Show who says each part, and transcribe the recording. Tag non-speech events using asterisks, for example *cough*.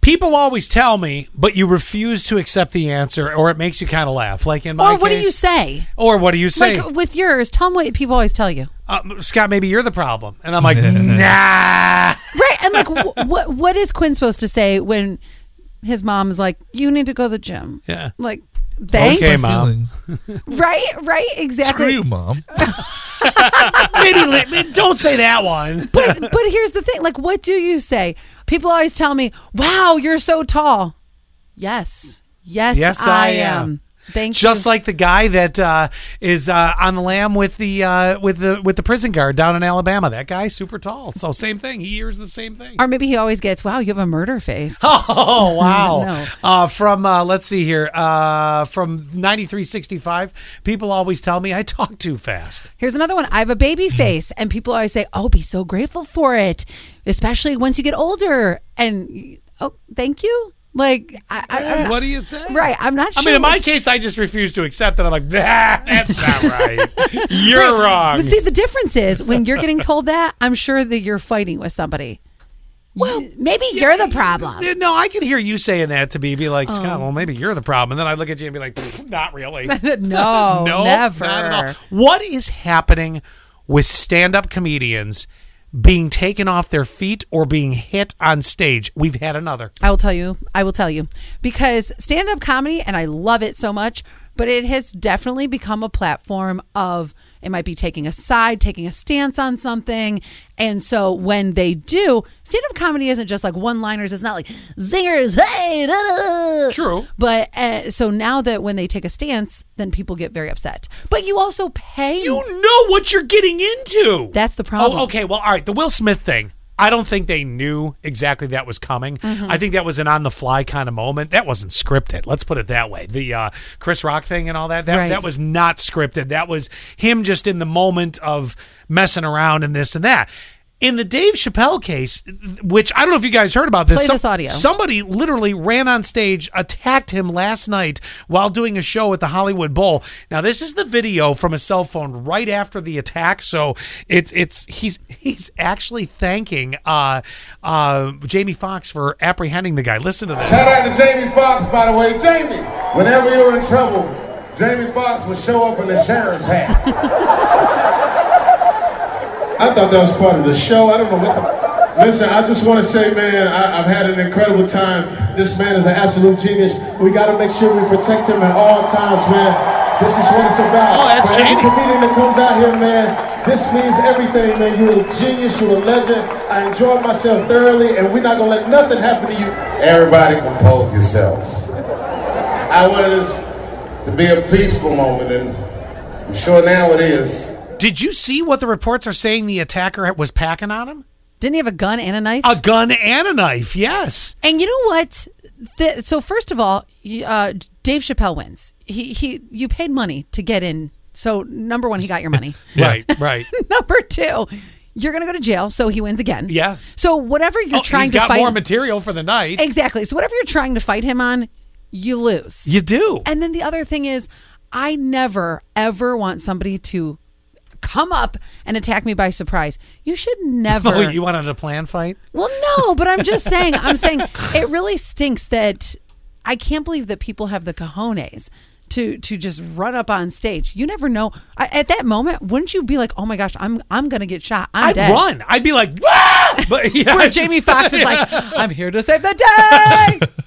Speaker 1: people always tell me, but you refuse to accept the answer, or it makes you kind of laugh. Like in my
Speaker 2: Or what do
Speaker 1: case-
Speaker 2: you say?
Speaker 1: Or what do you say?
Speaker 2: Like with yours, tell them what people always tell you.
Speaker 1: Uh, Scott, maybe you're the problem, and I'm like, nah.
Speaker 2: Right. *laughs* And like, wh- what what is Quinn supposed to say when his mom is like, you need to go to the gym?
Speaker 1: Yeah.
Speaker 2: Like, thanks.
Speaker 1: Okay, Mom.
Speaker 3: Feeling-
Speaker 2: Right, right, exactly.
Speaker 3: Screw you, mom.
Speaker 1: *laughs* *laughs* maybe li- don't say that one.
Speaker 2: *laughs* But but here's the thing. Like, what do you say? People always tell me, wow, you're so tall. Yes. Yes,
Speaker 1: Yes, I
Speaker 2: I,
Speaker 1: am.
Speaker 2: am. Thank
Speaker 1: Just
Speaker 2: you.
Speaker 1: like the guy that uh, is uh, on the lam with the uh, with the with the prison guard down in Alabama. That guy, super tall. So same thing. He hears the same thing.
Speaker 2: or maybe he always gets, wow, you have a murder *laughs* face.
Speaker 1: *laughs* Oh wow!
Speaker 2: No.
Speaker 1: uh, from uh, let's see here, uh, from ninety three sixty five. People always tell me I talk too fast.
Speaker 2: Here's another one. I have a baby
Speaker 1: Mm-hmm.
Speaker 2: face, and people always say, "Oh, be so grateful for it, especially once you get older." And oh, thank you. Like, I, I, I'm
Speaker 1: *laughs*
Speaker 2: not-
Speaker 1: What do you say?
Speaker 2: right? I'm not.
Speaker 1: I
Speaker 2: sure
Speaker 1: mean, in my
Speaker 2: what-
Speaker 1: case, I just refuse to accept that. I'm like, *laughs* nah, that's not *laughs* right. You're wrong.
Speaker 2: But see, the difference is when you're getting told that, I'm sure that you're fighting with somebody. Well, maybe you're the problem.
Speaker 1: Yeah, No, I can hear you saying that to me, be
Speaker 2: Oh.
Speaker 1: like, Scott, well, maybe you're the problem. And then I look at you and be like, "Pfft, not really.
Speaker 2: *laughs* No,
Speaker 1: *laughs* no,
Speaker 2: never.
Speaker 1: Not at all. What is happening with stand up comedians being taken off their feet or being hit on stage? We've had another.
Speaker 2: I will tell you. I will tell you because stand up comedy, and I love it so much, but it has definitely become a platform of it might be taking a side, taking a stance on something. And so when they do, stand up comedy isn't just like one liners, it's not like zingers, hey, da, da, da.
Speaker 1: True.
Speaker 2: But uh, so now that when they take a stance, then people get very upset. But you also pay.
Speaker 1: You know what you're getting into.
Speaker 2: That's the problem.
Speaker 1: Oh, okay. Well, all right. The Will Smith thing. I don't think they knew exactly that was coming.
Speaker 2: Mm-hmm.
Speaker 1: I think that was an on the fly kind of moment. That wasn't scripted. Let's put it that way. The uh, Chris Rock thing and all that that,
Speaker 2: Right.
Speaker 1: that was not scripted. That was him just in the moment of messing around and this and that. In the Dave Chappelle case, which I don't know if you guys heard about this,
Speaker 2: Play this audio.
Speaker 1: Somebody literally ran on stage, attacked him last night while doing a show at the Hollywood Bowl. Now this is the video from a cell phone right after the attack, so it's it's he's *laughs* he's actually thanking uh uh Jamie Foxx for apprehending the guy. Listen to this.
Speaker 4: Shout out to Jamie Foxx, by the way. Jamie, whenever you're in trouble, Jamie Foxx would show up in the sheriff's hat. I thought that was part of the show. I don't know what the. Listen, I just want to say, man, I, I've had an incredible time. This man is an absolute genius. We got to make sure we protect him at all times, man. This is what it's about.
Speaker 1: Oh, that's
Speaker 4: For every
Speaker 1: Jamie.
Speaker 4: comedian that comes out here, man, this means everything, man. You're a genius. You're a legend. I enjoyed myself thoroughly, and we're not gonna let nothing happen to you. Everybody, compose yourselves. I wanted this to be a peaceful moment, and I'm sure now it is.
Speaker 1: Did you see what the reports are saying the attacker was packing on him?
Speaker 2: Didn't he have a gun and a knife?
Speaker 1: A gun and a knife. Yes.
Speaker 2: And you know what? The, so first of all, you- uh, Dave Chappelle wins. He he, you paid money to get in. So number one, he got
Speaker 1: *laughs*
Speaker 2: your money.
Speaker 1: Right, right.
Speaker 2: *laughs* number two, you're gonna go to jail. So he wins again.
Speaker 1: Yes.
Speaker 2: So whatever you're
Speaker 1: Oh,
Speaker 2: trying
Speaker 1: he's
Speaker 2: to
Speaker 1: got
Speaker 2: fight,
Speaker 1: more material for the night.
Speaker 2: exactly. So whatever you're trying to fight him on, you lose.
Speaker 1: You do.
Speaker 2: And then the other thing is, I never ever want somebody to come up and attack me by surprise. You should never.
Speaker 1: *laughs* Oh, you wanted a plan fight?
Speaker 2: Well, no, but I'm just saying, I'm saying it really stinks that I can't believe that people have the cojones to to just run up on stage. You never know. I, at that moment, wouldn't you be like, "Oh my gosh, I'm I'm going to get shot. I'm
Speaker 1: I'd
Speaker 2: dead."
Speaker 1: run. I'd be like, "Ah!" but *laughs* yeah,
Speaker 2: Where
Speaker 1: it's- *laughs*
Speaker 2: Jamie Foxx is like, "I'm here to save the day."